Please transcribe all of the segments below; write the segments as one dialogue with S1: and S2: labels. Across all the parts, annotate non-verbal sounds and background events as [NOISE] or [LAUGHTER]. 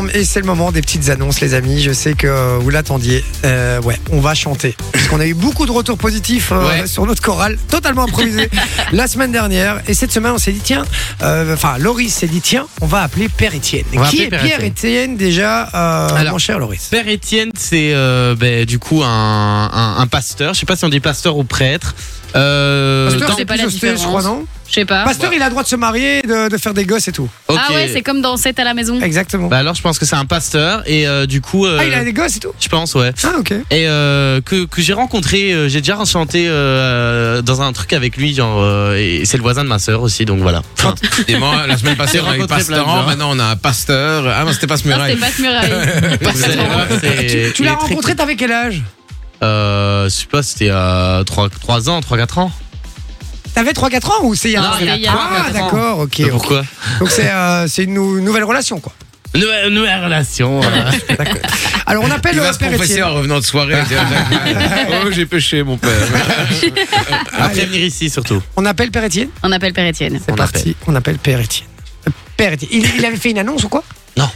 S1: terme et c'est le moment des petites annonces, les amis. Je sais que vous l'attendiez. Euh, ouais, on va chanter. Parce qu'on a eu beaucoup de retours positifs euh,
S2: Ouais.
S1: sur notre chorale, totalement
S2: [LAUGHS]
S1: improvisée, la semaine dernière. Et cette semaine, on s'est dit, tiens, euh, enfin, Loris s'est dit, tiens, on va appeler Pierre Etienne.
S2: On va
S1: Qui
S2: appeler
S1: est
S2: Pierre
S1: Pierre Etienne déjà, euh,
S2: Alors,
S1: mon cher Loris
S2: Père Étienne, c'est euh, ben, du coup un, un- un pasteur. Je sais pas si on dit pasteur ou prêtre. Euh,
S1: Pasteur,
S2: dans-
S1: c'est
S3: pas
S1: plus
S3: la
S1: austère, je crois,
S3: différence.
S1: non
S3: Je sais pas.
S1: Pasteur, il a le droit de se marier, de, de faire des gosses et tout.
S2: ok.
S3: Ah ouais, c'est comme dans 7 à la maison.
S1: Exactement.
S2: Bah alors je pense que c'est un pasteur et euh, du coup euh,
S1: ah, il a des gosses et tout
S2: je pense ouais
S1: Ah, ok.
S2: et euh, que, que j'ai rencontré euh, j'ai déjà enchanté dans un truc avec lui genre euh, et c'est le voisin de ma sœur aussi [LAUGHS]
S1: [LAUGHS]
S2: donc voilà
S4: Décidément,
S2: [LAUGHS]
S4: la semaine passée,
S2: J'ai
S4: on a eu
S2: rencontré plein de
S4: Pastoran,
S2: gens.
S4: maintenant on a un pasteur. Ah non, c'était pas ce
S3: Non,
S4: muraille.
S3: c'était pas ce muraille.
S2: Vous allez voir, c'est-
S1: Tu, tu
S2: il est
S1: l'as
S2: très
S1: rencontré, t'avais quel âge
S2: cool. euh, je sais pas c'était à 3, 3 ans 3 4 ans
S1: T'avais 3-4 ans ou c'est il y a
S3: Non,
S1: un-
S3: il y a- il y a
S1: Ah,
S2: 3-4 ans.
S1: d'accord, ok. ok.
S2: pourquoi
S1: Donc c'est euh, c'est une nou- nouvelle relation, quoi.
S2: nouvelle, nouvelle relation euh.
S1: D'accord. Alors on appelle
S4: Il
S1: euh,
S4: va se
S1: Père
S4: confesser
S1: Étienne.
S4: en revenant de soirée. Il dira, oh, j'ai péché, mon [LAUGHS] père.
S2: après venir ici surtout
S1: On appelle Père Étienne
S3: On appelle Père Étienne.
S1: C'est
S2: On
S1: parti, on appelle Père Étienne. Euh, Père Étienne. Il, il avait fait une annonce ou quoi
S2: Non.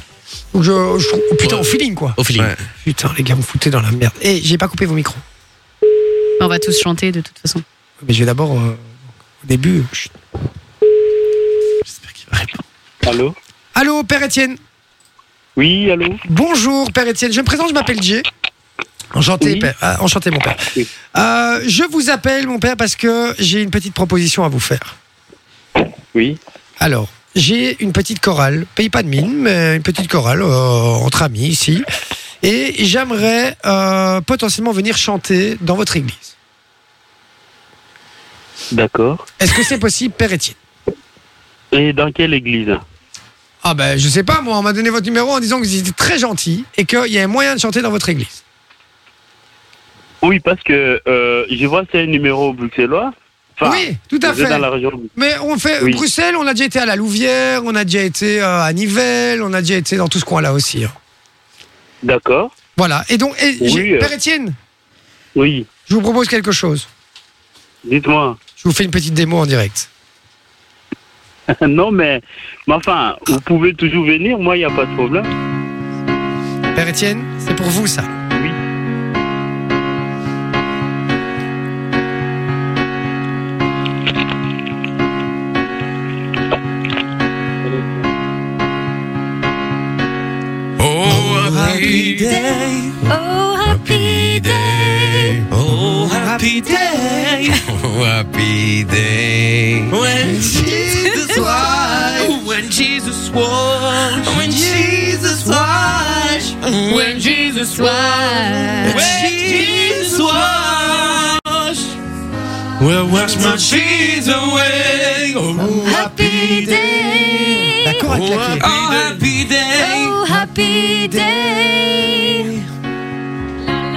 S1: Donc je, je trouve- oh, putain,
S2: Ouais.
S1: au feeling, quoi. Oh,
S2: au feeling
S4: Ouais.
S1: Putain, les gars, vous foutez dans la merde. Et j'ai pas coupé vos micros.
S3: On va tous chanter de toute façon.
S1: Mais je vais d'abord, euh, au début. euh, chut.
S2: j'espère qu'il va répondre
S5: Allô
S1: Allô, Père Étienne
S5: Oui, allô
S1: Bonjour, Père Étienne. Je me présente, je m'appelle Jay. Enchanté,
S5: Oui.
S1: père. Ah, enchanté, mon père.
S5: Oui.
S1: Euh, je vous appelle, mon père, parce que j'ai une petite proposition à vous faire.
S5: Oui.
S1: Alors, j'ai une petite chorale, paye pas de mine, mais une petite chorale euh, entre amis ici. Et j'aimerais euh, potentiellement venir chanter dans votre église.
S5: D'accord.
S1: Est-ce que c'est possible, Père Étienne
S5: Et dans quelle église
S1: Ah ben, je sais pas, moi, on m'a donné votre numéro en disant que vous étiez très gentil et qu'il y avait moyen de chanter dans votre église.
S5: Oui, parce que euh, je vois c'est un numéro bruxellois.
S1: oui, tout à
S5: vous êtes
S1: fait.
S5: dans la région de-
S1: Mais on fait
S5: Oui.
S1: Bruxelles, on a déjà été à la Louvière, on a déjà été euh, à Nivelles, on a déjà été dans tout ce coin-là aussi. hein.
S5: D'accord.
S1: Voilà. Et donc, et
S5: Oui,
S1: j'ai-
S5: euh.
S1: Père Étienne,
S5: Oui,
S1: je vous propose quelque chose.
S5: dites-moi. [LAUGHS]
S1: Je vous fais une petite démo en direct.
S5: non, mais, mais enfin, vous pouvez toujours venir, moi, il n'y a pas de problème.
S1: Père Étienne, c'est pour vous ça.
S4: Oh, happy day,
S3: Oh,
S4: happy day. Oh,
S2: [LAUGHS]
S4: happy day. Oh, happy day.
S2: When [LAUGHS] Jesus was, when Jesus was, when Jesus was, when Jesus
S3: Swatch.
S2: when Jesus was, well, wash my cheese away. Oh,
S3: Happy day.
S1: D'accord avec la clé.
S2: oh, happy day.
S3: Oh, happy day.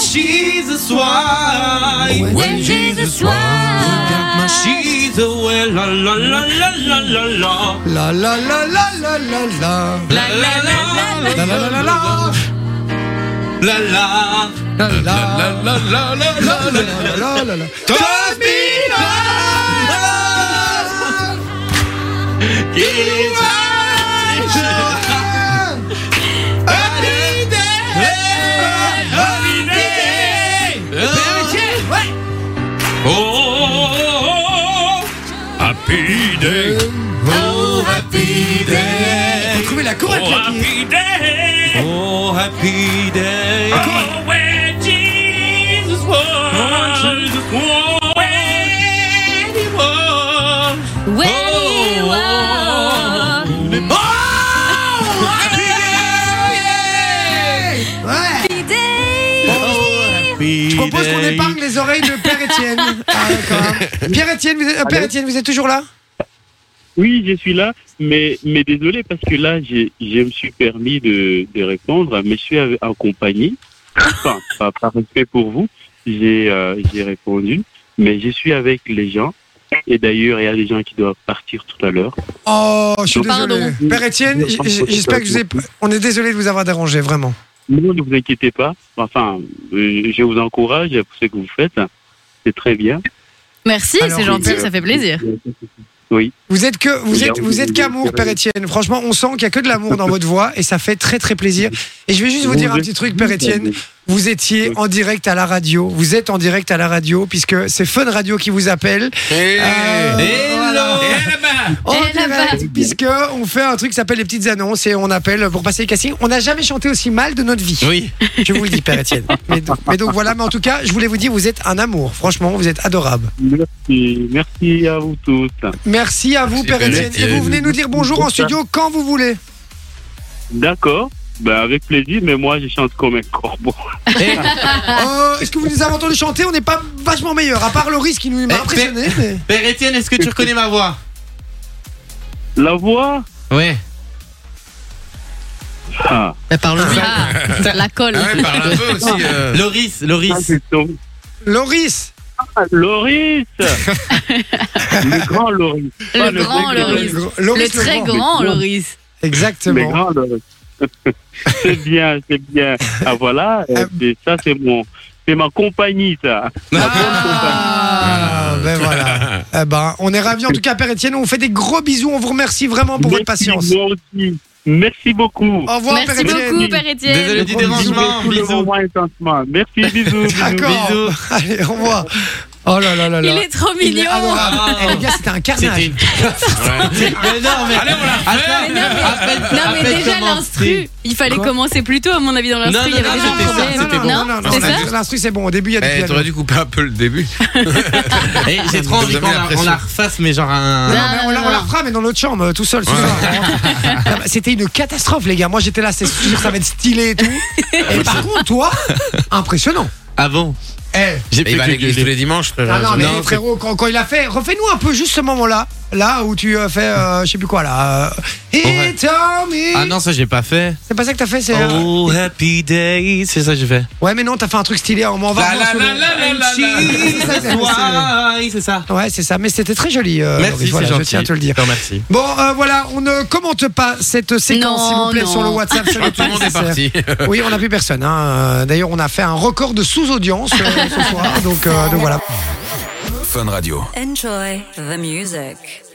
S2: Jesus was,
S3: When Jesus was.
S2: she's away, la la la la la la la.
S1: La la la la la la la.
S2: La la la
S1: La la la la la. La
S2: la la
S1: la
S4: La la la la la la la.
S1: la la la la.
S4: Happy day.
S3: Oh, happy day.
S1: Retrouvez la chorale
S4: Oh,
S1: claquée.
S4: happy day.
S2: Oh happy day
S4: Oh, when Jesus was. When he was.
S3: When he was.
S1: Ouais.
S3: Happy day.
S1: Je propose qu'on épargne les oreilles de Père Étienne. Ah, d'accord. Pierre Étienne, vous êtes, euh, Père Étienne, vous êtes toujours là
S5: Oui, je suis là. mais, mais désolé, parce que là, j'ai- je me suis permis de, de répondre, mais je suis av- accompagné, enfin, [LAUGHS] par, par respect pour vous, j'ai euh, j'ai répondu, mais je suis avec les gens, et d'ailleurs, il y a des gens qui doivent partir tout à l'heure.
S1: Oh, je suis
S6: Pardon.
S1: désolé. Père Étienne, j- j- j'espère que je vous ai... On est désolé de vous avoir dérangé, vraiment.
S5: Non, ne vous inquiétez pas, enfin, euh, je vous encourage pour ce que vous faites, c'est très bien. Euh,
S6: Merci,
S1: Alors,
S6: c'est gentil,
S5: oui.
S6: ça fait plaisir.
S1: Vous êtes que vous
S5: Il y a
S1: êtes
S5: un
S1: vous êtes
S5: peu de
S1: qu'amour,
S5: désespéré.
S1: Père Étienne. Franchement, on sent qu'il y a que de l'amour dans votre voix et ça fait très très plaisir. Et je vais juste vous dire un petit truc, Père Étienne. Vous étiez en direct à la radio. Vous êtes en direct à la radio puisque c'est Fun Radio qui vous appelle.
S4: Eh,
S1: Euh,
S2: eh,
S1: voilà. En
S6: Et
S5: Eh
S6: là-bas.
S1: direct, puisque on fait un truc qui s'appelle les petites annonces et on appelle pour passer les castings. On n'a jamais chanté aussi mal de notre vie.
S2: Oui.
S1: Je vous le dis, Père Étienne. Mais, donc- mais donc voilà. Mais en tout cas, je voulais vous dire, vous êtes un amour. Franchement, vous êtes adorable.
S5: Merci, merci à vous tous.
S1: Merci à vous, Père
S2: Père
S1: Étienne. Et
S2: Étienne.
S1: vous venez nous dire bonjour en studio quand vous voulez.
S5: D'accord, ben, avec plaisir, mais moi, je chante comme un corbeau. [LAUGHS]
S6: Ah.
S1: Euh, Est-ce que vous nous avez entendu chanter On n'est pas vachement meilleur, à part Loris qui nous m'a
S2: Eh,
S1: impressionné. mais-
S2: Père Étienne, est-ce que tu reconnais ma voix
S5: La voix
S2: Ouais.
S5: ah.
S6: Bah, parle
S2: Ça-
S6: La colle.
S7: Ah ouais, parle un peu aussi. euh.
S2: Loris,
S5: Ah,
S2: Loris.
S5: c'est ton-
S1: Loris
S5: Ah,
S1: [LAUGHS]
S5: Loris Le grand Loris.
S6: Le
S5: Ah,
S6: grand
S5: mec,
S6: Loris.
S1: gr-
S6: Le
S1: Loris le
S6: très
S1: grand.
S6: grand Loris.
S5: Le
S1: Exactement.
S5: grand
S1: [LAUGHS]
S5: Loris. c'est bien, c'est bien. Ah voilà, euh, c'est- ça c'est mon... C'est ma compagnie, ça.
S1: Ah, ben
S2: [LAUGHS]
S1: voilà. Eh ben, on est ravis en tout cas, Père Étienne. On vous fait des gros bisous. On vous remercie vraiment Oh, pour votre
S5: Merci,
S1: patience. Oh,
S5: moi aussi. Merci beaucoup.
S1: Au revoir, Père
S6: Merci
S1: Étienne.
S6: beaucoup, Père Étienne.
S2: Désolé du dérangement.
S5: Tout le
S2: Bisous.
S5: moment intensément. Merci, bisous.
S1: [LAUGHS]
S5: bisous.
S1: D'accord.
S2: Bisous.
S1: Allez, au revoir. Oh là là là là.
S6: Il est trop
S1: Il est
S6: mignon.
S1: adorable.
S2: Ah.
S1: Eh, les gars, c'était un carnage.
S2: C'était une.
S7: [LAUGHS]
S2: Mais non, mais.
S7: Allez, on la
S2: Attends,
S6: Mais non, mais-
S2: à peine-
S6: Non
S2: à
S6: mais
S2: peine
S6: déjà
S2: commencé.
S6: l'instru, il fallait
S1: Quoi
S6: commencer plus tôt à mon avis dans l'instru,
S2: Non,
S6: il y
S2: non,
S6: avait
S2: non,
S6: déjà
S2: non,
S6: un
S2: non,
S6: problème.
S2: c'était bon.
S6: Ah Non, c'est ça
S1: L'instru, c'est bon. Au début, il y a du
S7: Eh,
S1: piano.
S7: T'aurais dû couper un peu le début.
S2: Eh, J'ai trop
S7: Vous
S2: envie
S7: avez
S2: qu'on la-
S7: l'impression.
S2: on la refasse, mais genre un.
S1: Non, mais
S6: Non,
S1: on,
S6: non,
S1: la,
S6: non,
S1: on la
S6: non.
S1: fera, mais dans notre chambre, euh, tout seul. ce soir. Non, mais C'était une catastrophe, les gars. Moi, j'étais là, c'est sûr, ça va être stylé et tout. Et par contre, toi, impressionnant.
S2: Avant.
S1: Eh,
S2: J'ai
S7: Mais il
S2: plus
S7: va à
S2: que
S7: l'église tous
S2: gueuler.
S7: les dimanches, frère.
S1: ah non, mais
S2: non,
S1: frérot, quand, quand il a fait, refais-nous un peu juste ce moment-là, là où tu euh, fais, euh, je sais plus quoi, là. euh, Hey,
S2: Ouais.
S1: Tommy
S2: Ah non, ça j'ai pas fait.
S1: C'est pas ça que t'as fait, c'est. euh,
S2: Oh happy day, c'est ça que j'ai fait.
S1: Ouais, mais non, t'as fait un truc stylé. On m'en
S7: La,
S1: va.
S7: la, la, la, la, la,
S1: C'est ça, c'est- c'est-
S2: Why, c'est ça.
S1: Ouais, c'est ça, mais c'était très joli. euh,
S2: Merci,
S1: Laurie, voilà,
S2: c'est gentil.
S1: Je tiens à te le dire.
S2: merci.
S1: Bon, euh, voilà, on ne commente pas cette séquence,
S6: Non,
S1: s'il vous plaît,
S6: non.
S1: sur le WhatsApp.
S7: [LAUGHS]
S1: ce n'est
S7: Tout le
S1: pas
S7: monde est
S1: nécessaire.
S7: parti.
S1: Oui, on n'a plus personne. hein. Euh, D'ailleurs, on a fait un record de sous-audience euh, ce soir. Donc, euh, donc voilà.
S7: Fun Radio.
S8: Enjoy the music.